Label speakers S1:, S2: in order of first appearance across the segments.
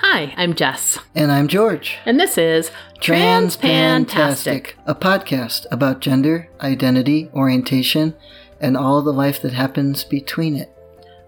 S1: Hi, I'm Jess,
S2: And I'm George.
S1: and this is Transpantastic.
S2: Transpantastic, a podcast about gender, identity, orientation, and all the life that happens between it.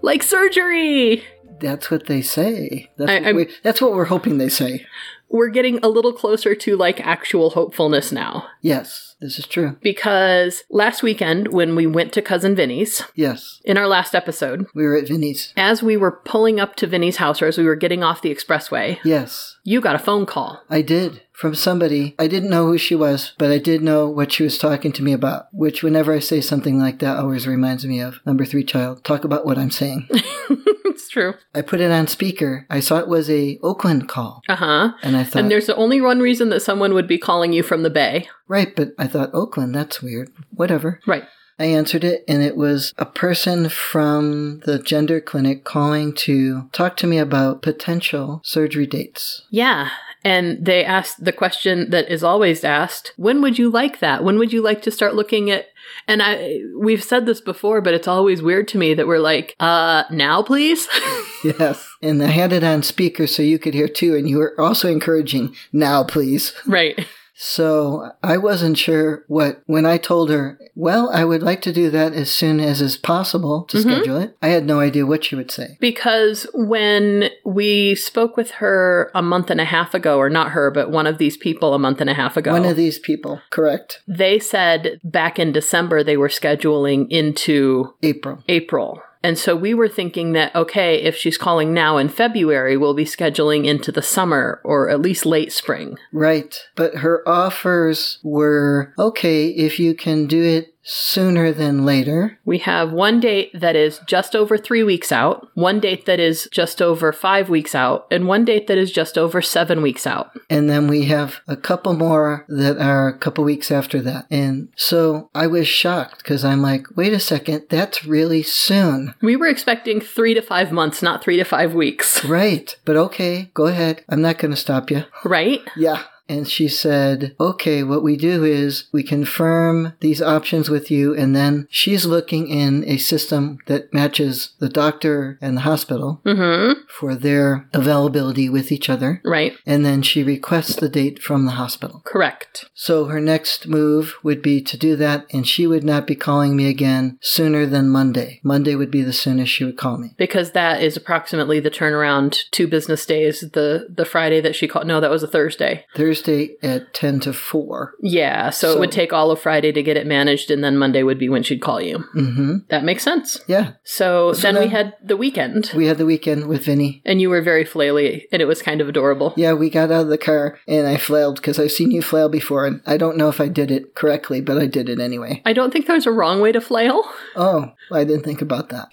S1: Like surgery!
S2: That's what they say. That's,
S1: I-
S2: what
S1: I'm-
S2: we, that's what we're hoping they say.
S1: We're getting a little closer to like actual hopefulness now.
S2: Yes, this is true.
S1: Because last weekend, when we went to Cousin Vinny's,
S2: Yes,
S1: in our last episode,
S2: we were at Vinny's.
S1: as we were pulling up to Vinny's house or as we were getting off the expressway,
S2: Yes,
S1: you got a phone call.
S2: I did from somebody. I didn't know who she was, but I did know what she was talking to me about, which whenever I say something like that always reminds me of number three child. Talk about what I'm saying.
S1: it's true.
S2: I put it on speaker. I saw it was a Oakland call.
S1: Uh huh.
S2: And I thought,
S1: And there's the only one reason that someone would be calling you from the Bay.
S2: Right, but I thought Oakland, that's weird. Whatever.
S1: Right.
S2: I answered it, and it was a person from the gender clinic calling to talk to me about potential surgery dates.
S1: Yeah. And they asked the question that is always asked when would you like that? When would you like to start looking at? And I, we've said this before, but it's always weird to me that we're like, uh, now please?
S2: Yes. And I had it on speaker so you could hear too, and you were also encouraging, now please.
S1: right.
S2: So I wasn't sure what, when I told her, well, I would like to do that as soon as is possible to schedule it, I had no idea what she would say.
S1: Because when we spoke with her a month and a half ago, or not her, but one of these people a month and a half ago,
S2: One of these people, correct?
S1: they said back in December they were scheduling into
S2: April.
S1: April. And so we were thinking that, okay, if she's calling now in February, we'll be scheduling into the summer or at least late spring.
S2: Right. But her offers were okay, if you can do it sooner than later.
S1: We have one date that is just over three weeks out, one date that is just over five weeks out, and one date that is just over seven weeks out.
S2: And then we have a couple more that are a couple weeks after that. And so I was shocked because I'm like, wait a second, that's really soon.
S1: We were expecting three to five months, not three to five weeks,
S2: Right. But okay, go ahead. I'm not going to stop you.
S1: right?
S2: Yeah. And she said, okay, what we do is we confirm these options with you. And then she's looking in a system that matches the doctor and the hospital.
S1: Mm
S2: for their availability with each other,
S1: hmm. Right.
S2: and then she requests the date from the hospital.
S1: Correct.
S2: So her next move would be to do that, and she would not be calling me again sooner than Monday. Monday would be the soonest she would call me.
S1: Because that is approximately the turnaround two business days, the, the Friday that she called. No, that was a Thursday.
S2: Thursday at 10 to 4.
S1: Yeah, so, it
S2: So-
S1: would take all of Friday to get it managed, and then Monday would be when she'd call you.
S2: Mm-hmm.
S1: That makes sense.
S2: Yeah.
S1: So,
S2: So
S1: then, we
S2: then-
S1: had the weekend,
S2: We had the weekend with Vinny.
S1: and you were very flaily, and it was kind of adorable.
S2: Yeah, we got out of the car and I flailed because I've seen you flail before and I don't know if I did it correctly, but I did it anyway.
S1: I don't think there's a wrong way to flail.
S2: Oh, I didn't think about that.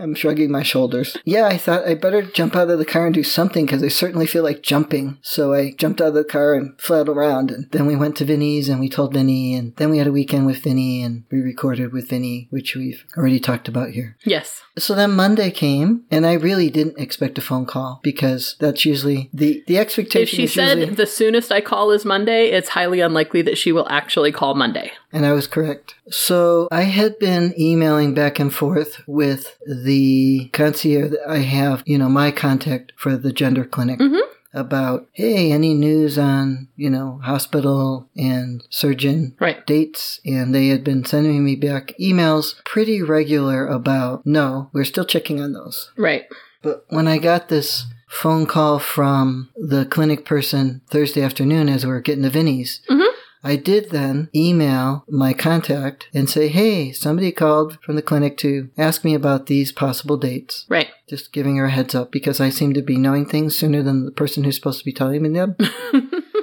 S2: I'm shrugging my shoulders. Yeah, I thought I better jump out of the car and do something because I certainly feel like jumping. So I jumped out of the car and fled around. And then we went to Vinny's and we told Vinny. And then we had a weekend with Vinny and we recorded with Vinny, which we've already talked about here.
S1: Yes.
S2: So then Monday came and I really didn't expect a phone call because that's usually the, the expectation.
S1: If she
S2: is
S1: said
S2: usually,
S1: the soonest I call is Monday, it's highly unlikely that she will actually call Monday.
S2: And I was correct. So I had been emailing back and forth with the concierge that I have, you know, my contact for the gender clinic.
S1: Mhm.
S2: About, hey, any news on, you know, hospital and surgeon
S1: Right.
S2: dates? And they had been sending me back emails pretty regular about, no, we're still checking on those.
S1: Right.
S2: But when I got this phone call from the clinic person Thursday afternoon as we were getting to Vinny's,
S1: Mhm.
S2: I did then email my contact and say, hey, somebody called from the clinic to ask me about these possible dates.
S1: Right.
S2: Just giving her a heads up because I seem to be knowing things sooner than the person who's supposed to be telling me them.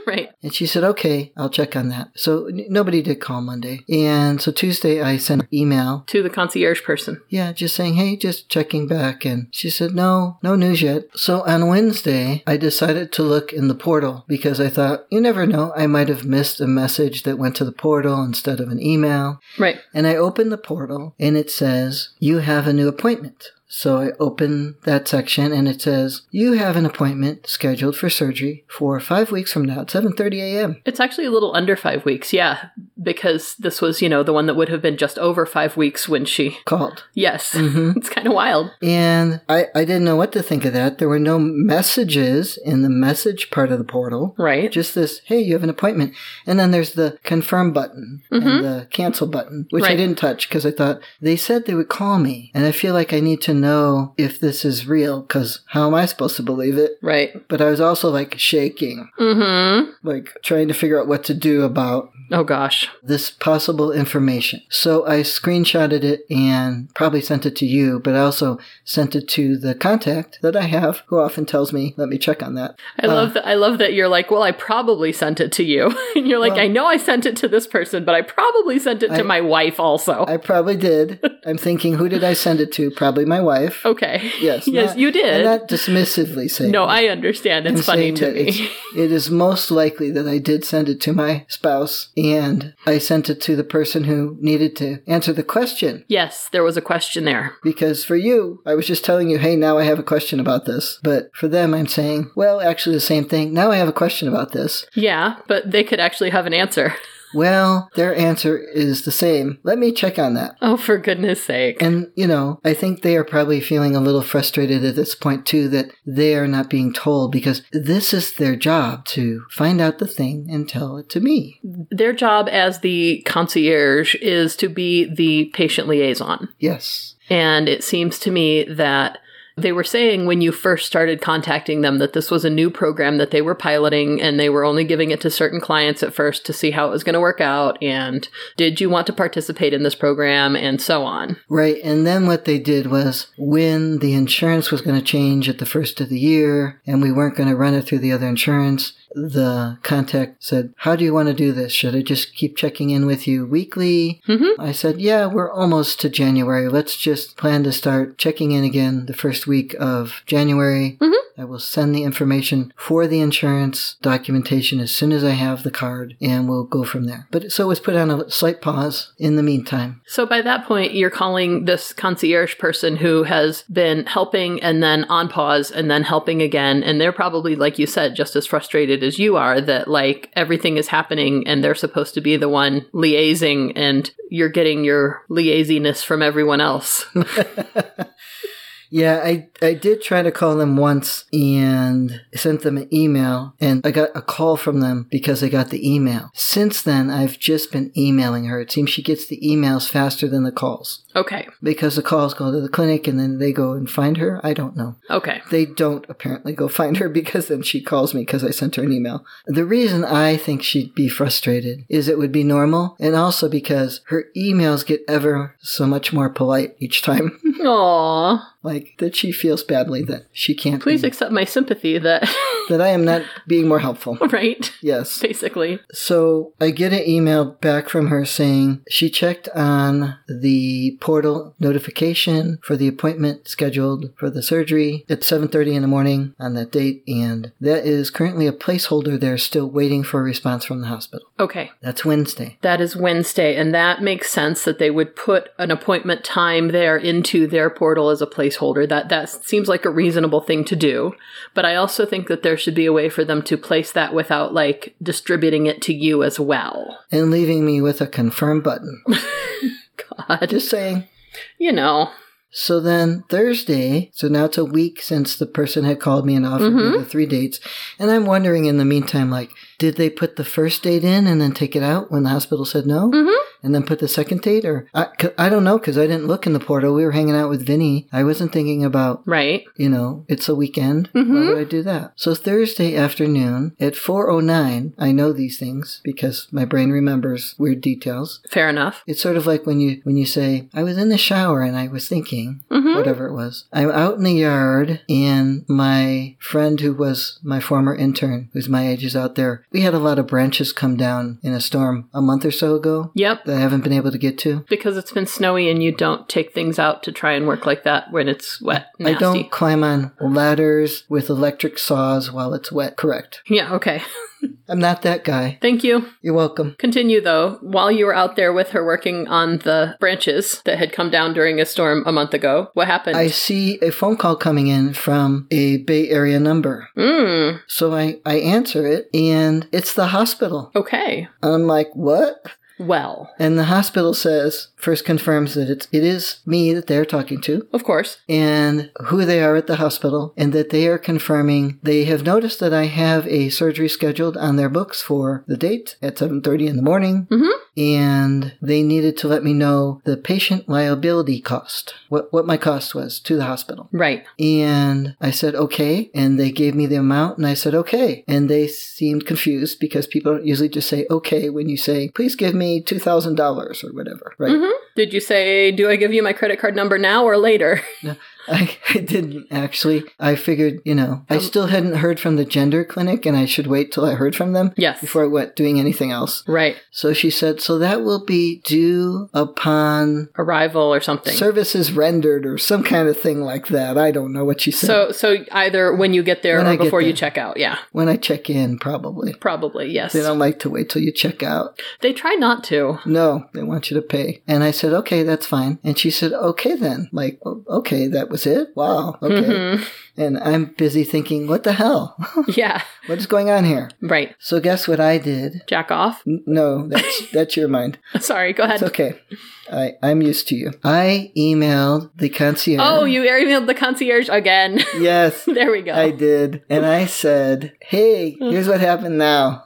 S1: right.
S2: And she said, okay, I'll check on that. So n- nobody did call Monday. And so Tuesday, I sent an email
S1: To the concierge person.
S2: yeah, just saying, hey, just checking back. And she said, no, no news yet. So on Wednesday, I decided to look in the portal because I thought, you never know, I might have missed a message that went to the portal instead of an email.
S1: Right.
S2: And I opened the portal and it says, you have a new appointment. So I open that section and it says, "You have an appointment scheduled for surgery for 5 weeks from now at 7:30 a.m."
S1: It's actually a little under five weeks, yeah, because this was, you know, the one that would have been just over five weeks when she.
S2: called.
S1: Yes,
S2: Mhm.
S1: it's kind of wild.
S2: And I, I didn't know what to think of that. There were no messages in the message part of the portal.
S1: Right.
S2: Just this, hey, you have an appointment. And then there's the confirm button
S1: Mhm.
S2: and the cancel button, which I
S1: Right.
S2: didn't touch because I thought they said they would call me. And I feel like I need to know if this is real because how am I supposed to believe it?
S1: Right.
S2: But I was also like shaking,
S1: Mm hmm.
S2: like trying to figure out what to do about
S1: Oh, gosh.
S2: this possible information. So I screenshotted it and probably sent it to you, but I also sent it to the contact that I have who often tells me, let me check on that.
S1: I love that. I love that you're like, well, I probably sent it to you, and you're like,
S2: Well-
S1: I know I sent it to this person, but I probably sent it
S2: I-
S1: to my wife also.
S2: I probably did. I'm thinking, who did I send it to? Probably my wife.
S1: okay.
S2: Yes.
S1: Oh, yes,
S2: not-
S1: you
S2: And
S1: did.
S2: not dismissively saying.
S1: no,
S2: that.
S1: I understand. It's
S2: I'm
S1: funny
S2: saying
S1: to
S2: that
S1: me.
S2: it's- It is most likely that I did send it to my spouse and I sent it to the person who needed to answer the question.
S1: yes, there was a question there.
S2: Because for you, I was just telling you, hey, now I have a question about this. But for them, I'm saying, well, actually, the same thing. Now I have a question about this.
S1: Yeah, but they could actually have an answer.
S2: Well, their answer is the same. Let me check on that.
S1: Oh, for goodness sake.
S2: And, you know, I think they are probably feeling a little frustrated at this point, too, that they are not being told because this is their job to find out the thing and tell it to me.
S1: Their job as the concierge is to be the patient liaison.
S2: Yes.
S1: And it seems to me that they were saying when you first started contacting them that this was a new program that they were piloting and they were only giving it to certain clients at first to see how it was going to work out and did you want to participate in this program and so on.
S2: Right. And then what they did was when the insurance was going to change at the first of the year and we weren't going to run it through the other insurance, the contact said, How do you want to do this? Should I just keep checking in with you weekly?
S1: Mhm.
S2: I said, Yeah, we're almost to January. Let's just plan to start checking in again the first week of January.
S1: Mhm.
S2: I will send the information for the insurance documentation as soon as I have the card and we'll go from there. But so it was put on a slight pause in the meantime.
S1: So by that point you're calling this concierge person who has been helping and then on pause and then helping again and they're probably like you said just as frustrated as you are that like everything is happening and they're supposed to be the one liaising and you're getting your liaisiness from everyone else.
S2: Yeah, I, I did try to call them once and sent them an email, and I got a call from them because I got the email. Since then, I've just been emailing her. It seems she gets the emails faster than the calls
S1: Okay.
S2: because the calls go to the clinic and then they go and find her. I don't know.
S1: Okay.
S2: They don't apparently go find her because then she calls me because I sent her an email. The reason I think she'd be frustrated is it would be normal, and also because her emails get ever so much more polite each time.
S1: Aw.
S2: like that she feels badly that she can't
S1: Please
S2: be-
S1: accept my sympathy that
S2: that I am not being more helpful.
S1: right?
S2: Yes.
S1: Basically.
S2: So I get an email back from her saying she checked on the portal notification for the appointment scheduled for the surgery at 7:30 in the morning on that date and that is currently a placeholder there still waiting for a response from the hospital.
S1: Okay.
S2: That's Wednesday.
S1: That is Wednesday, and that makes sense that they would put an appointment time there into their portal as a placeholder. That that seems like a reasonable thing to do. But I also think that there should be a way for them to place that without like distributing it to you as well.
S2: And leaving me with a confirm button.
S1: God,
S2: Just saying.
S1: you know,
S2: So then Thursday, so now it's a week since the person had called me and offered me
S1: Mhm.
S2: the three dates. And I'm wondering in the meantime, like, did they put the first date in and then take it out when the hospital said no?
S1: Mhm.
S2: And then put the second date? Or I, 'cause I don't know because I didn't look in the portal. We were hanging out with Vinny. I wasn't thinking about
S1: right?
S2: you know, it's a weekend. Why
S1: Mhm.
S2: would I do that? So Thursday afternoon at 4:09, I know these things because my brain remembers weird details.
S1: Fair enough.
S2: It's sort of like when you when you say, "I was in the shower and I was thinking,"
S1: hmm
S2: whatever it was. I'm out in the yard, and my friend who was my former intern, who's my age, is out there. We had a lot of branches come down in a storm a month or so ago
S1: Yep.
S2: I haven't been able to get to.
S1: Because it's been snowy and you don't take things out to try and work like that when it's wet. Nasty.
S2: I don't climb on ladders with electric saws while it's wet. Correct.
S1: Yeah, okay.
S2: I'm not that guy.
S1: Thank you.
S2: You're welcome.
S1: Continue though. While you were out there with her working on the branches that had come down during a storm a month ago, what happened?
S2: I see a phone call coming in from a Bay Area number.
S1: Mm,
S2: So I, I answer it, and it's the hospital.
S1: okay.
S2: I'm like, what?
S1: Well,
S2: And the hospital says, first confirms that it's, it is me that they're talking to
S1: of course.
S2: and who they are at the hospital and that they are confirming they have noticed that I have a surgery scheduled on their books for the date at 7:30 in the morning
S1: Mhm.
S2: and they needed to let me know the patient liability cost what what my cost was to the hospital
S1: Right.
S2: and I said, okay. And they gave me the amount and I said, okay. And they seemed confused because people don't usually just say, okay, when you say, please give me $2,000 or whatever, right?
S1: Mhm. Did you say, do I give you my credit card number now or later?
S2: I, I didn't actually. I figured, you know, I still hadn't heard from the gender clinic and I should wait till I heard from them
S1: yes.
S2: before I went doing anything else.
S1: Right.
S2: So she said, so that will be due upon
S1: Arrival or something.
S2: services rendered or some kind of thing like that. I don't know what she said.
S1: so, so either when you get there
S2: When
S1: or
S2: I get
S1: before you
S2: there.
S1: check out. Yeah.
S2: when I check in, probably.
S1: Probably. Yes.
S2: They don't like to wait till you check out.
S1: They try not to.
S2: No, they want you to pay. And I said, okay, that's fine. And she said, okay, then. Like, "Oh, okay, that was it? Wow. Okay.
S1: Mhm.
S2: And I'm busy thinking, what the hell?
S1: Yeah.
S2: what is going on here?
S1: Right.
S2: So, guess what I did?
S1: Jack off.
S2: N- No, that's, that's your mind.
S1: Sorry. Go ahead.
S2: It's okay. I, I'm used to you. I emailed the concierge.
S1: Oh, you emailed the concierge again.
S2: Yes,
S1: there we go.
S2: I did. And I said, hey,
S1: Mm.
S2: here's what happened now.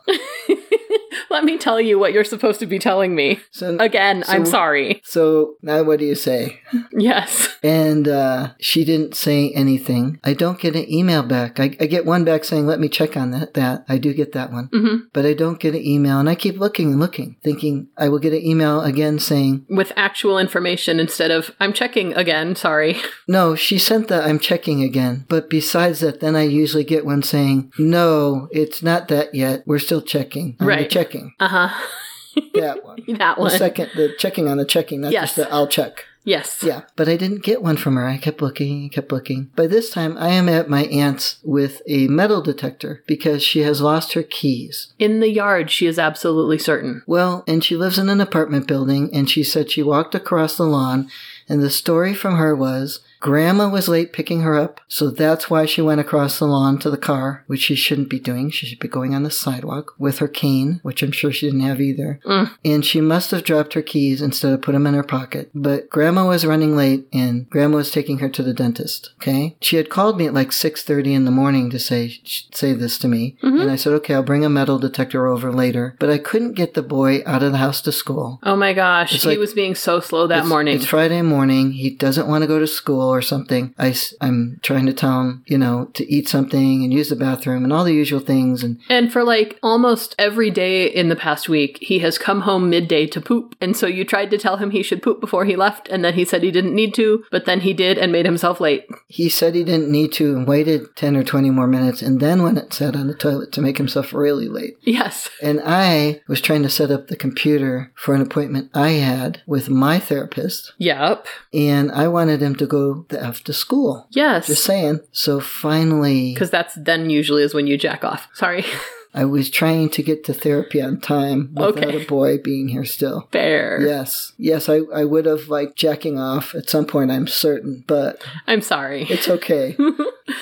S1: Let me tell you what you're supposed to be telling me.
S2: So,
S1: Again, I'm
S2: So-
S1: sorry.
S2: so now what do you say?
S1: Yes.
S2: And uh, she didn't say anything. I don't get an email back. I, I get one back saying, let me check on that. that. I do get that one.
S1: hmm
S2: But I don't get an email. And I keep looking and looking, thinking I will get an email again saying,
S1: With actual information instead of, I'm checking again, sorry.
S2: no, she sent that. I'm checking again. But besides that, then I usually get one saying, no, it's not that yet. We're still checking. on the
S1: Right.
S2: checking.
S1: Uh huh.
S2: That one.
S1: that
S2: The
S1: one.
S2: second, the checking on the checking, not
S1: Yes.
S2: just the I'll check.
S1: yes.
S2: Yeah, but I didn't get one from her. I kept looking and kept looking. By this time, I am at my aunt's with a metal detector because she has lost her keys.
S1: In the yard, she is absolutely certain.
S2: Well, and she lives in an apartment building, and she said she walked across the lawn, and the story from her was Grandma was late picking her up, so that's why she went across the lawn to the car, which she shouldn't be doing. She should be going on the sidewalk with her cane, which I'm sure she didn't have either
S1: Mm.
S2: and she must have dropped her keys instead of put them in her pocket. But grandma was running late and grandma was taking her to the dentist, okay? She had called me at like 6:30 in the morning to say say this to me,
S1: Mhm.
S2: and I said, "Okay, I'll bring a metal detector over later." But I couldn't get the boy out of the house to school.
S1: Oh my gosh.
S2: It's
S1: he
S2: like-
S1: was being so slow that
S2: It's-
S1: morning.
S2: It's Friday morning. He doesn't want to go to school or something. I, am trying to tell him, you know, to eat something and use the bathroom and all the usual things. And
S1: and for like almost every day in the past week, he has come home midday to poop. And so you tried to tell him he should poop before he left, and then he said he didn't need to, but then he did and made himself late.
S2: He said he didn't need to and waited 10 or 20 more minutes and then went and sat on the toilet to make himself really late.
S1: Yes.
S2: And I was trying to set up the computer for an appointment I had with my therapist,
S1: Yep.
S2: and I wanted him to go the F to school. Just
S1: Yes.
S2: saying. So finally,
S1: Because that's then usually is when you jack off. Sorry.
S2: I was trying to get to therapy on time without
S1: Okay.
S2: a boy being here still.
S1: Fair.
S2: Yes, yes, I, I would have liked jacking off at some point, I'm certain, but
S1: I'm sorry.
S2: it's okay.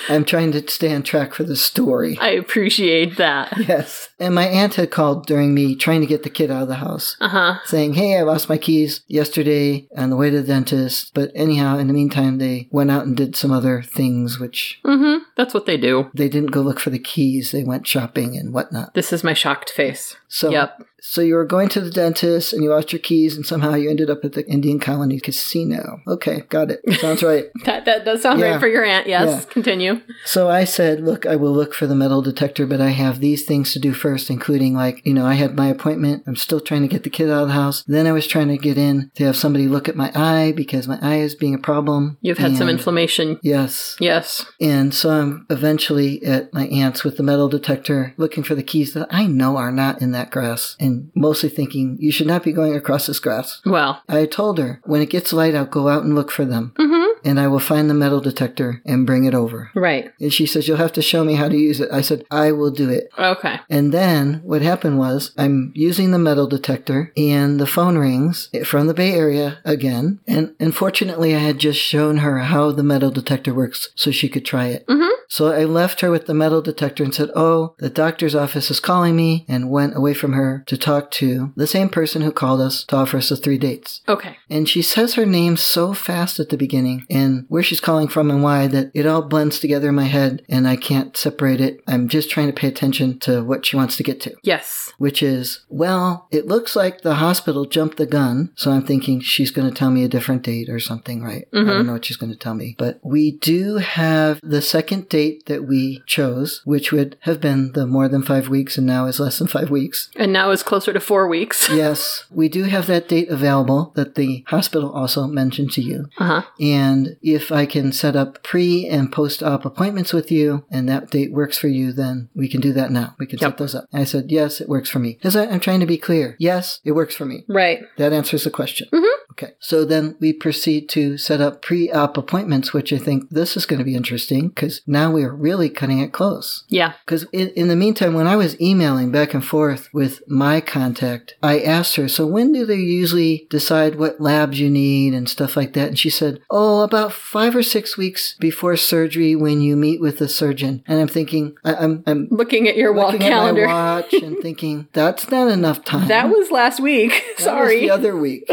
S2: I'm trying to stay on track for the story.
S1: I appreciate that.
S2: Yes. And my aunt had called during me trying to get the kid out of the house,
S1: Uh huh.
S2: saying, Hey, I lost my keys yesterday on the way to the dentist. But anyhow, in the meantime, they went out and did some other things, which
S1: Mm hmm. That's what they do.
S2: they didn't go look for the keys. They went shopping and whatnot.
S1: This is my shocked face.
S2: So,
S1: Yep.
S2: so you were going to the dentist and you lost your keys, and somehow you ended up at the Indian Colony Casino. Okay, got it. Sounds right.
S1: That, that does sound
S2: Yeah.
S1: right for your aunt. Yes.
S2: Yeah.
S1: Continue.
S2: So I said, Look, I will look for the metal detector, but I have these things to do first, including like, you know, I had my appointment. I'm still trying to get the kid out of the house. Then I was trying to get in to have somebody look at my eye because my eye is being a problem.
S1: You've had some
S2: And-
S1: inflammation.
S2: Yes.
S1: Yes.
S2: And so I'm eventually at my aunt's with the metal detector looking for the keys that I know are not in that grass and mostly thinking, you should not be going across this grass.
S1: Well.
S2: I told her, when it gets light, I'll go out and look for them
S1: Mm-hmm.
S2: and I will find the metal detector and bring it over.
S1: Right.
S2: And she says, You'll have to show me how to use it. I said, I will do it.
S1: Okay.
S2: And then what happened was I'm using the metal detector and the phone rings from the Bay Area again. And unfortunately, I had just shown her how the metal detector works so she could try it.
S1: Mhm.
S2: So I left her with the metal detector and said, Oh, the doctor's office is calling me and went away from her to talk to the same person who called us to offer us the three dates.
S1: Okay.
S2: And she says her name so fast at the beginning and where she's calling from and why that it all blends together in my head and I can't separate it. I'm just trying to pay attention to what she wants to get to,
S1: Yes.
S2: which is, well, it looks like the hospital jumped the gun. So I'm thinking she's going to tell me a different date or something, right? I
S1: Mhm.
S2: don't know what she's going to tell me. But we do have the second date that we chose, which would have been the more than five weeks and now is less than five weeks.
S1: And now is closer to four weeks.
S2: Yes, we do have that date available that the hospital also mentioned to you.
S1: Uh huh.
S2: And if I can set up pre and post op appointments with you and that date works for you, then we can do that now. We can
S1: Yep.
S2: set those up. I said, yes, it works for me. Because I'm trying to be clear. Yes, it works for me.
S1: Right.
S2: That answers the question.
S1: Mhm.
S2: Okay. So then we proceed to set up pre op appointments, which I think this is going to be interesting because now we are really cutting it close.
S1: Yeah.
S2: Because in, in the meantime, when I was emailing back and forth with my contact, I asked her, so when do they usually decide what labs you need and stuff like that? And she said, oh, about five or six weeks before surgery when you meet with the surgeon. And I'm thinking, I, I'm, I'm
S1: Looking at your wall
S2: looking at
S1: calendar.
S2: my watch and thinking, that's not enough time.
S1: That was last week.
S2: That was
S1: Sorry.
S2: the other week.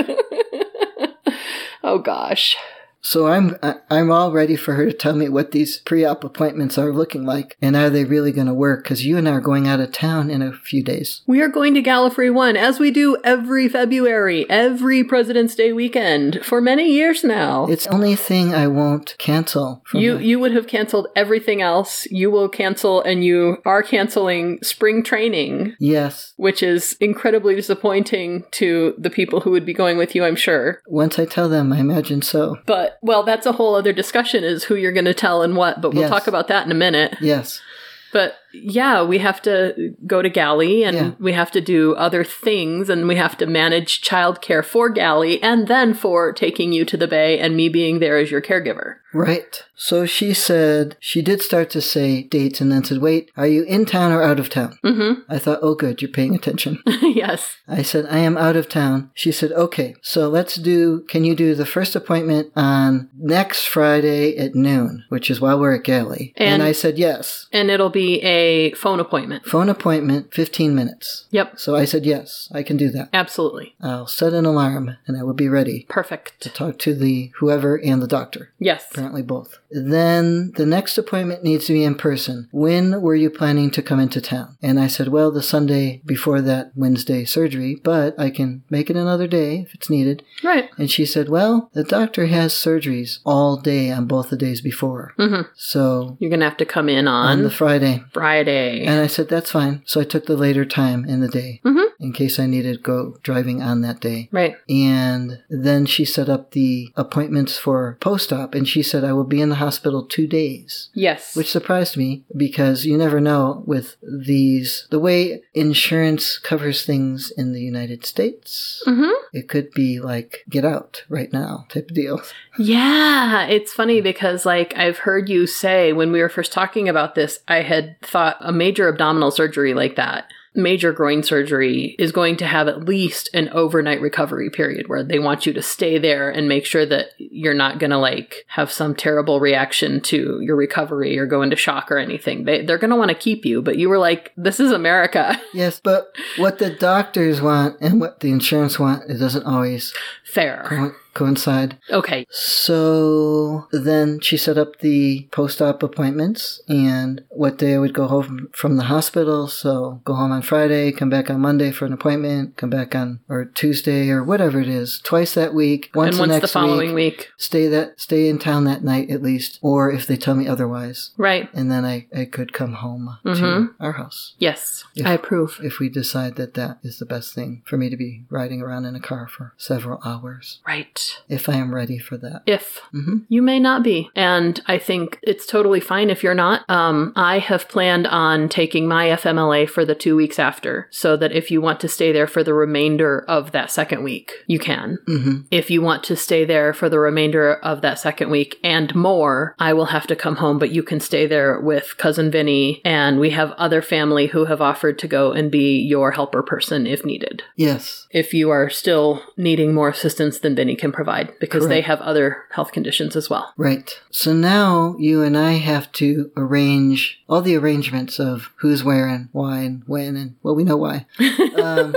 S1: oh gosh.
S2: So I'm I- I'm all ready for her to tell me what these pre-op appointments are looking like and are they really going to work? Because you and I are going out of town in a few days.
S1: We are going to Gallifrey One, as we do every February, every President's Day weekend, for many years now.
S2: It's the only thing I won't cancel. From
S1: you
S2: my-
S1: you would have canceled everything else. You will cancel and you are canceling spring training,
S2: yes.
S1: which is incredibly disappointing to the people who would be going with you, I'm sure.
S2: Once I tell them, I imagine so.
S1: But well, that's a whole other discussion is who you're going to tell and what, but we'll
S2: Yes.
S1: talk about that in a minute.
S2: Yes.
S1: But yeah, we have to go to Galley and
S2: Yeah.
S1: we have to do other things and we have to manage childcare for Galley and then for taking you to the bay and me being there as your caregiver.
S2: Right. So she said she did start to say dates and then said, "Wait, are you in town or out of town?"
S1: Mhm.
S2: I thought, "Oh, good, you're paying attention."
S1: yes.
S2: I said, I am out of town. She said, okay, so let's do, can you do the first appointment on next Friday at noon, which is while we're at Galley?
S1: And-
S2: And, I said, yes.
S1: And it'll be a phone appointment.
S2: Phone appointment, 15 minutes.
S1: Yep.
S2: So I said, yes, I can do that.
S1: Absolutely.
S2: I'll set an alarm and I will be ready to
S1: Perfect.
S2: talk to the whoever and the doctor.
S1: Yes.
S2: Apparently both. Then the next appointment needs to be in person. When were you planning to come into town? And I said, well, the Sunday before that Wednesday surgery, but I can make it another day if it's needed.
S1: Right.
S2: And she said, well, the doctor has surgeries all day on both the days before.
S1: hmm
S2: So
S1: You're going to have to come in on,
S2: on the Friday.
S1: Friday.
S2: And I said, that's fine. So I took the later time in the day
S1: Mhm.
S2: in case I needed to go driving on that day.
S1: right.
S2: And then she set up the appointments for post op. And she said, I will be in the hospital two days.
S1: Yes.
S2: Which surprised me because you never know with these, the way insurance covers things in the United States.
S1: hmm
S2: It could be like, get out right now type of deal.
S1: Yeah, it's funny
S2: Mm.
S1: because, like, I've heard you say when we were first talking about this, I had thought a major abdominal surgery like that, major groin surgery, is going to have at least an overnight recovery period where they want you to stay there and make sure that you're not going to, like, have some terrible reaction to your recovery or go into shock or anything. They, they're going to want to keep you, but you were like, this is America.
S2: Yes, but what the doctors want and what the insurance want, it doesn't always
S1: Fair.
S2: co- coincide.
S1: Okay.
S2: So then she set up the post op appointments and what day I would go home from the hospital. So go home on Friday, come back on Monday for an appointment, come back on or Tuesday or whatever it is, twice that week, once,
S1: and once
S2: the
S1: the,
S2: next
S1: following
S2: week,
S1: week.
S2: Stay that stay in town that night at least, or if they tell me otherwise.
S1: Right.
S2: And then I, I could come home
S1: Mhm.
S2: to our house.
S1: Yes.
S2: Yeah.
S1: I approve.
S2: If we decide that that is the best thing for me to be riding around in a car for several hours,
S1: Right.
S2: if I am ready for that.
S1: If
S2: hmm
S1: You may not be. And I think it's totally fine if you're not. Um, I have planned on taking my FMLA for the two weeks after, so that if you want to stay there for the remainder of that second week, you can.
S2: hmm
S1: If you want to stay there for the remainder of that second week and more, I will have to come home, but you can stay there with cousin Vinny. And we have other family who have offered to go and be your helper person if needed
S2: Yes.
S1: if you are still needing more assistance than Vinny can provide because they
S2: Correct.
S1: have other health conditions as well.
S2: Right. So now you and I have to arrange all the arrangements of who's where and why and when and well, we know why. Um,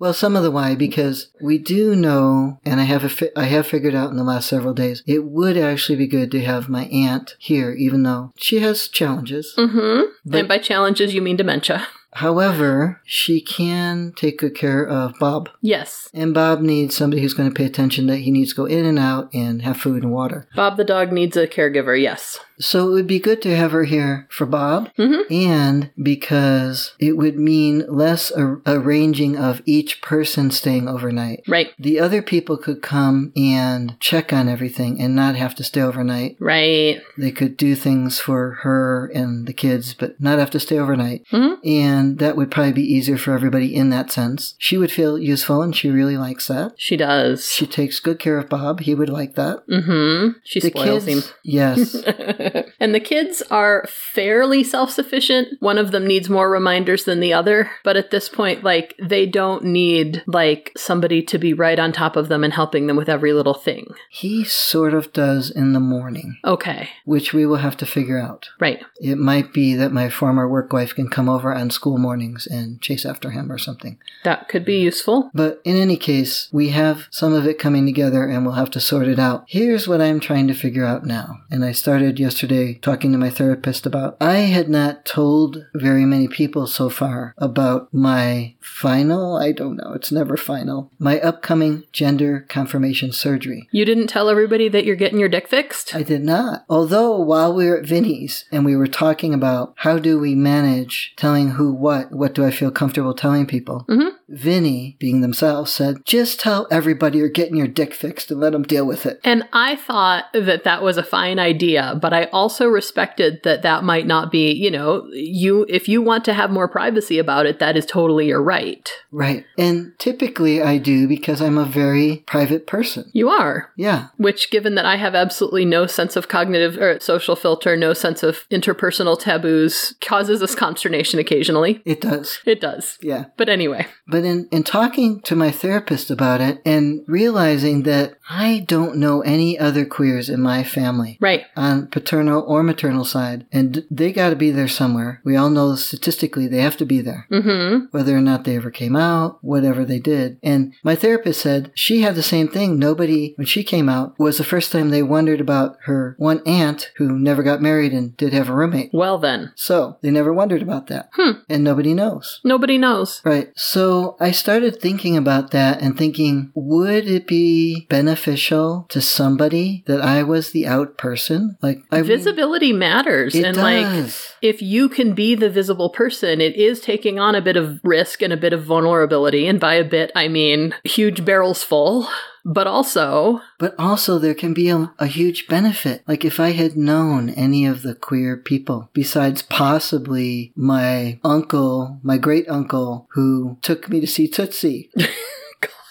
S2: well, some of the why because we do know, and I have a fi- I have figured out in the last several days, it would actually be good to have my aunt here, even though she has challenges.
S1: Mm-hmm.
S2: But-
S1: and by challenges, you mean dementia.
S2: However, she can take good care of Bob.
S1: Yes.
S2: And Bob needs somebody who's going to pay attention that he needs to go in and out and have food and water.
S1: Bob the dog needs a caregiver. Yes.
S2: So it would be good to have her here for Bob
S1: Mhm.
S2: and because it would mean less ar- arranging of each person staying overnight.
S1: Right.
S2: The other people could come and check on everything and not have to stay overnight.
S1: Right.
S2: They could do things for her and the kids, but not have to stay overnight.
S1: Mhm.
S2: And that would probably be easier for everybody in that sense. She would feel useful and she really likes that.
S1: She does.
S2: She takes good care of Bob. He would like that.
S1: mm-hmm. She
S2: the
S1: spoils
S2: kids, yes.
S1: him. and the kids are fairly self-sufficient. One of them needs more reminders than the other, but at this point, like they don't need like somebody to be right on top of them and helping them with every little thing.
S2: He sort of does in the morning,
S1: Okay.
S2: which we will have to figure out.
S1: Right.
S2: It might be that my former work wife can come over on school mornings and chase after him or something.
S1: That could be useful.
S2: But in any case, we have some of it coming together and we'll have to sort it out. Here's what I'm trying to figure out now. And I started yesterday talking to my therapist about I had not told very many people so far about my final, I don't know, it's never final, my upcoming gender confirmation surgery.
S1: You didn't tell everybody that you're getting your dick fixed?
S2: I did not. Although while we were at Vinny's and we were talking about how do we manage telling who what, what do I feel comfortable telling people,
S1: Mhm.
S2: Vinny, being themselves, said, just tell everybody you're getting your dick fixed and let them deal with it.
S1: And I thought that that was a fine idea, but I also respected that that might not be, you know, you if you want to have more privacy about it, that is totally your right.
S2: Right. And typically I do because I'm a very private person.
S1: You are.
S2: Yeah.
S1: Which, given that I have absolutely no sense of cognitive or social filter, no sense of interpersonal taboos, causes us consternation occasionally.
S2: It does.
S1: It does.
S2: Yeah.
S1: But anyway,
S2: But in, in talking to my therapist about it and realizing that I don't know any other queers in my family,
S1: right.
S2: on paternal or maternal side, and they got to be there somewhere. We all know statistically they have to be there,
S1: Mm-hmm.
S2: whether or not they ever came out, whatever they did. And my therapist said she had the same thing. Nobody, when she came out, was the first time they wondered about her one aunt who never got married and did have a roommate.
S1: Well then.
S2: So they never wondered about that.
S1: Hmm.
S2: And nobody knows.
S1: Nobody knows.
S2: Right. So I started thinking about that and thinking, would it be beneficial to somebody that I was the out person? Like I
S1: Visibility matters.
S2: It
S1: and like
S2: does.
S1: if you can be the visible person, it is taking on a bit of risk and a bit of vulnerability. And by a bit, I mean huge barrels full, but also,
S2: but also there can be a, a huge benefit. Like if I had known any of the queer people, besides possibly my uncle, my great uncle, who took me to see Tootsie.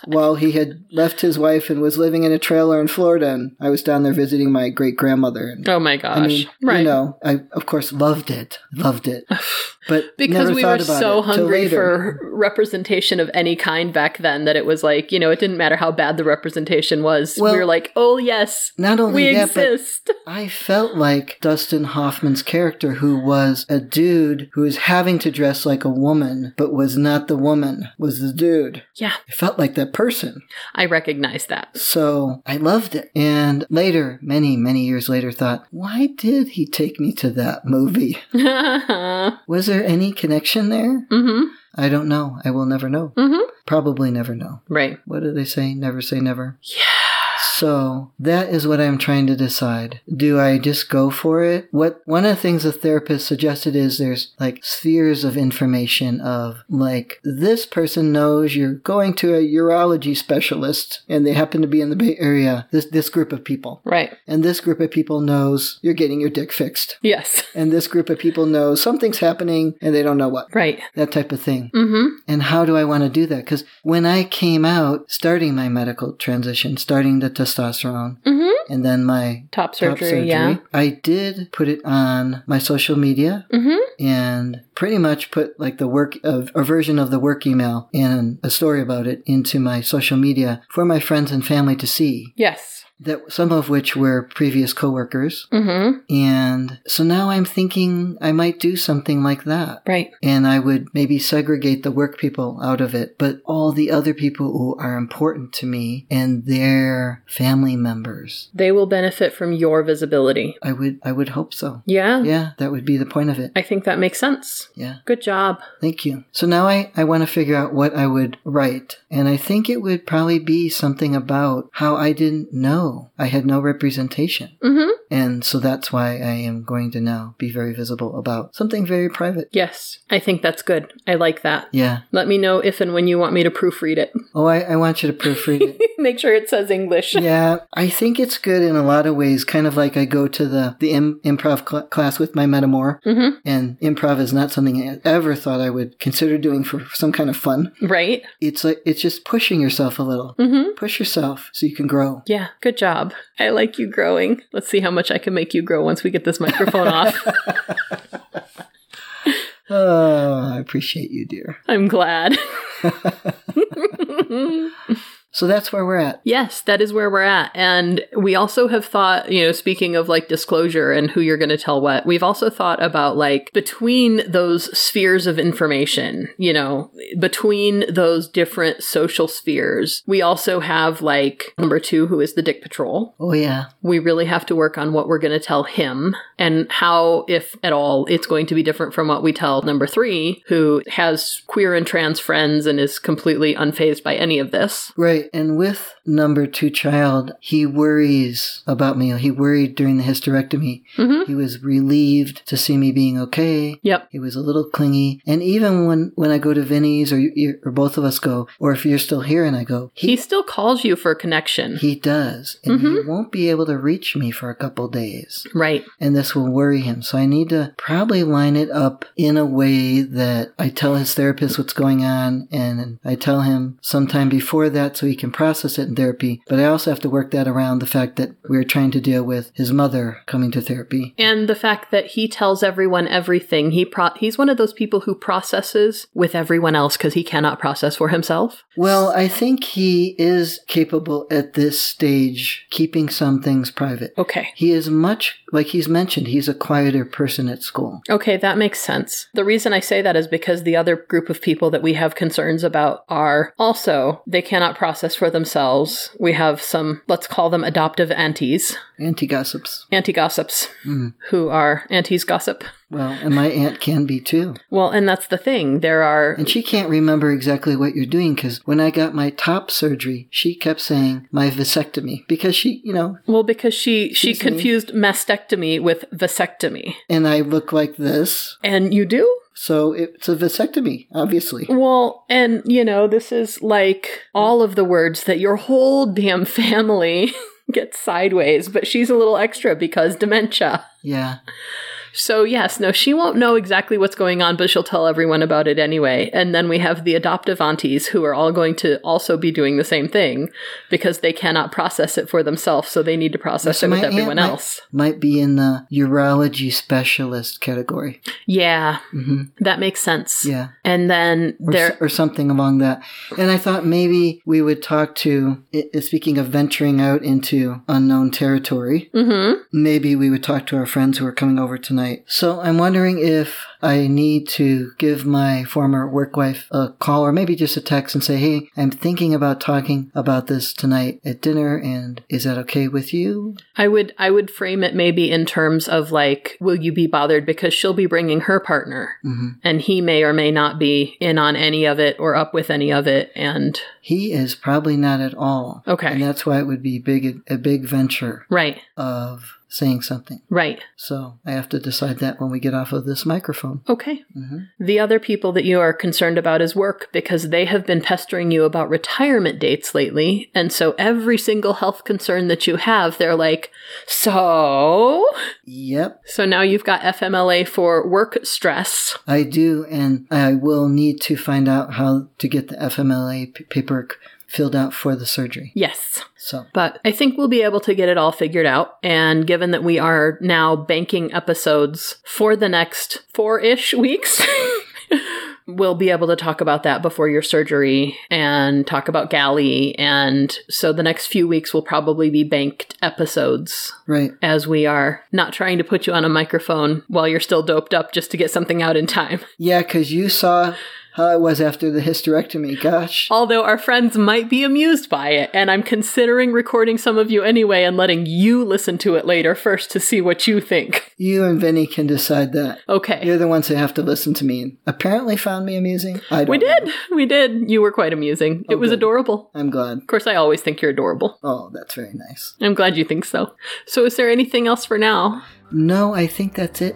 S2: While he had left his wife and was living in a trailer in Florida, and I was down there visiting my great grandmother, and
S1: oh my gosh.
S2: I mean,
S1: right.
S2: you know, I of course loved it, loved it. But
S1: because
S2: never
S1: we
S2: thought
S1: were so
S2: about it till
S1: hungry
S2: later.
S1: for representation of any kind back then that it was like you know it didn't matter how bad the representation was
S2: Well-
S1: we were like oh yes
S2: Not only
S1: we
S2: that, but
S1: exist
S2: I felt like Dustin Hoffman's character, who was a dude who was having to dress like a woman, but was not the woman, was the dude.
S1: yeah
S2: I felt like that person.
S1: i recognize that
S2: So I loved it. And later, many, many years later, thought, why did he take me to that movie?
S1: mm-hmm
S2: Was there any connection there? I don't know. I will never know.
S1: mm-hmm
S2: Probably never know.
S1: right
S2: What do they say? Never say never.
S1: yeah
S2: So that is what I'm trying to decide. Do I just go for it? What one of the things the therapist suggested is there's like spheres of information of like this person knows you're going to a urology specialist and they happen to be in the Bay Area. This this group of people.
S1: right
S2: And this group of people knows you're getting your dick fixed.
S1: yes
S2: And this group of people knows something's happening and they don't know what.
S1: right
S2: That type of thing.
S1: mm-hmm
S2: And how do I want to do that? Because when I came out, starting my medical transition, starting the testosterone,
S1: mm-hmm
S2: and then my
S1: top
S2: top
S1: surgery, yeah
S2: I did put it on my social media
S1: mm-hmm
S2: and pretty much put like the work of a version of the work email and a story about it into my social media for my friends and family to see.
S1: yes
S2: That some of which were previous coworkers.
S1: mm-hmm
S2: And so now I'm thinking I might do something like that
S1: right
S2: and I would maybe segregate the work people out of it, but all the other people who are important to me and their family members.
S1: they will benefit from your visibility
S2: I would I would hope so.
S1: yeah
S2: Yeah, that would be the point of it.
S1: i think that makes sense
S2: Yeah,
S1: good job
S2: thank you. So now I, I want to figure out what I would write. And I think it would probably be something about how I didn't know. I had no representation.
S1: mm-hmm
S2: And so that's why I am going to now be very visible about something very private.
S1: Yes, I think that's good. I like that.
S2: Yeah.
S1: Let me know if and when you want me to proofread it.
S2: Oh, I, I want you to proofread it.
S1: Make sure it says English.
S2: yeah, I think it's good in a lot of ways. Kind of like I go to the the Im- improv cl- class with my metamor,
S1: Mhm.
S2: and improv is not something I ever thought I would consider doing for some kind of fun.
S1: Right?
S2: It's like it's just pushing yourself a little.
S1: Mm-hmm.
S2: Push yourself so you can grow.
S1: Yeah, good job. I like you growing. Let's see how much I can make you grow once we get this microphone off.
S2: Oh, I appreciate you, dear.
S1: I'm glad.
S2: So that's where we're at.
S1: yes, that is where we're at. And we also have thought, you know, speaking of like disclosure and who you're going to tell what, we've also thought about like between those spheres of information, you know, between those different social spheres, we also have like number two, who is the Dick Patrol.
S2: Oh yeah,
S1: we really have to work on what we're going to tell him and how, if at all, it's going to be different from what we tell number three, who has queer and trans friends and is completely unfazed by any of this.
S2: right. And with number two child, he worries about me. He worried during the hysterectomy.
S1: Mm-hmm.
S2: He was relieved to see me being okay.
S1: Yep.
S2: He was a little clingy. And even when, when I go to Vinny's or, you, or both of us go, or if you're still here and I go,
S1: He
S2: he,
S1: still calls you for connection.
S2: he does. And
S1: Mhm.
S2: he won't be able to reach me for a couple days.
S1: right.
S2: And this will worry him. So I need to probably line it up in a way that I tell his therapist what's going on and I tell him sometime before that so he can process it in therapy. But I also have to work that around the fact that we're trying to deal with his mother coming to therapy.
S1: And the fact that he tells everyone everything, he pro- he's one of those people who processes with everyone else because he cannot process for himself.
S2: Well, I think he is capable at this stage keeping some things private.
S1: Okay.
S2: He is much like he's mentioned, he's a quieter person at school.
S1: Okay, that makes sense. The reason I say that is because the other group of people that we have concerns about are also, they cannot process for themselves. We have some, let's call them adoptive aunties,
S2: Auntie gossips.
S1: anti gossips,
S2: Mm.
S1: who are aunties gossip.
S2: Well, and my aunt can be too.
S1: Well, and that's the thing. There are,
S2: And she can't remember exactly what you're doing because when I got my top surgery, she kept saying my vasectomy because she, you know,
S1: well, because she, she
S2: Excuse me.
S1: confused mastectomy with vasectomy.
S2: and I look like this.
S1: And you do?
S2: So it's a vasectomy, obviously.
S1: Well, and you know, this is like all of the words that your whole damn family gets sideways, but she's a little extra because dementia.
S2: Yeah.
S1: So, yes, no, she won't know exactly what's going on, but she'll tell everyone about it anyway. And then we have the adoptive aunties who are all going to also be doing the same thing because they cannot process it for themselves. So they need to process
S2: So
S1: it with
S2: my aunt
S1: everyone
S2: might-
S1: else.
S2: Might be in the urology specialist category.
S1: Yeah,
S2: hmm
S1: that makes sense.
S2: Yeah.
S1: And then
S2: Or,
S1: there,
S2: s- or something along that. And I thought maybe we would talk to, i- i- speaking of venturing out into unknown territory,
S1: mm-hmm.
S2: maybe we would talk to our friends who are coming over tonight. So I'm wondering if I need to give my former work wife a call or maybe just a text and say, hey, I'm thinking about talking about this tonight at dinner, and is that okay with you?
S1: I would I would frame it maybe in terms of like will you be bothered because she'll be bringing her partner
S2: hmm
S1: and he may or may not be in on any of it or up with any of it and
S2: He is probably not at all.
S1: Okay.
S2: And that's why it would be big a big venture
S1: right
S2: of saying something.
S1: right
S2: So I have to decide that when we get off of this microphone.
S1: okay
S2: hmm
S1: the other people that you are concerned about is work because they have been pestering you about retirement dates lately and so every single health concern that you have they're like so
S2: Yep.
S1: so now you've got FMLA for work stress
S2: I do, and I will need to find out how to get the FMLA p- paperwork filled out for the surgery.
S1: yes
S2: So,
S1: But I think we'll be able to get it all figured out. And given that we are now banking episodes for the next four ish weeks, we'll be able to talk about that before your surgery and talk about galley. And so the next few weeks will probably be banked episodes
S2: right.
S1: as we are not trying to put you on a microphone while you're still doped up just to get something out in time.
S2: Yeah, because you saw how I was after the hysterectomy. Gosh.
S1: Although our friends might be amused by it, and I'm considering recording some of you anyway and letting you listen to it later first to see what you think.
S2: You and Vinny can decide that.
S1: Okay.
S2: You're the ones that have to listen to me and apparently found me amusing. I don't
S1: we
S2: know.
S1: did. We did. You were quite amusing. it was
S2: Oh, good.
S1: adorable.
S2: I'm glad.
S1: Of course, I always think you're adorable.
S2: Oh, that's very nice.
S1: I'm glad you think so. So, is there anything else for now?
S2: No, I think that's it.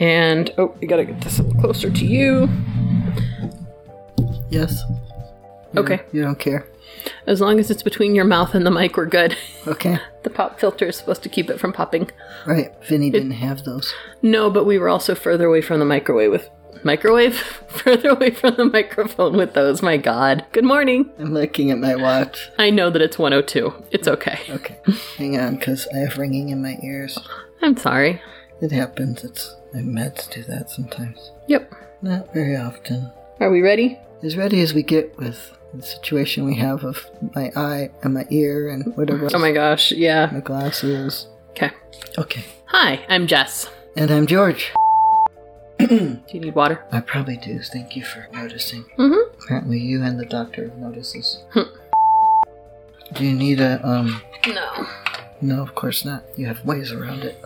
S1: And, oh, we gotta get this a little closer to you.
S3: Mm-hmm.
S2: Yes. You-
S1: Okay.
S2: You don't care.
S1: As long as it's between your mouth and the mic, we're good.
S2: Okay.
S1: The pop filter is supposed to keep it from popping.
S2: Right. Vinny didn't have those.
S1: No, but we were also further away from the microwave with microwave further away from the microphone with those. My god. Good morning.
S2: I'm looking at my watch.
S1: I know that it's 102. It's okay.
S2: Okay, hang on, because I have ringing in my ears.
S1: I'm sorry.
S2: It happens. It's my meds do that sometimes.
S1: Yep.
S2: Not very often.
S1: Are we ready?
S2: As ready as we get with the situation we have of my eye and my ear and whatever.
S1: Oh my gosh. Yeah.
S2: My glasses.
S1: Okay.
S2: Okay.
S1: Hi, I'm Jess.
S2: And I'm George.
S1: Do you need water?
S2: I probably do. Thank you for noticing.
S1: Mm-hmm. Hmm.
S2: Apparently, you and the doctor have noticed this. do you need a um?
S1: No.
S2: No, of course not. You have ways around it.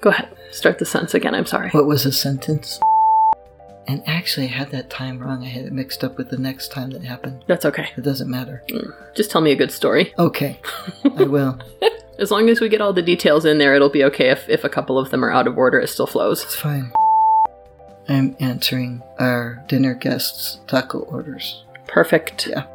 S1: Go ahead. Start the sentence again. I'm sorry.
S2: What was the sentence? And actually, I had that time wrong. I had it mixed up with the next time that happened.
S1: That's okay.
S2: It doesn't matter.
S1: Just tell me a good story.
S2: Okay, I will.
S1: As long as we get all the details in there, it'll be okay if, if a couple of them are out of order, it still flows.
S2: It's fine. I'm answering our dinner guests' taco orders.
S1: Perfect.
S2: Yeah.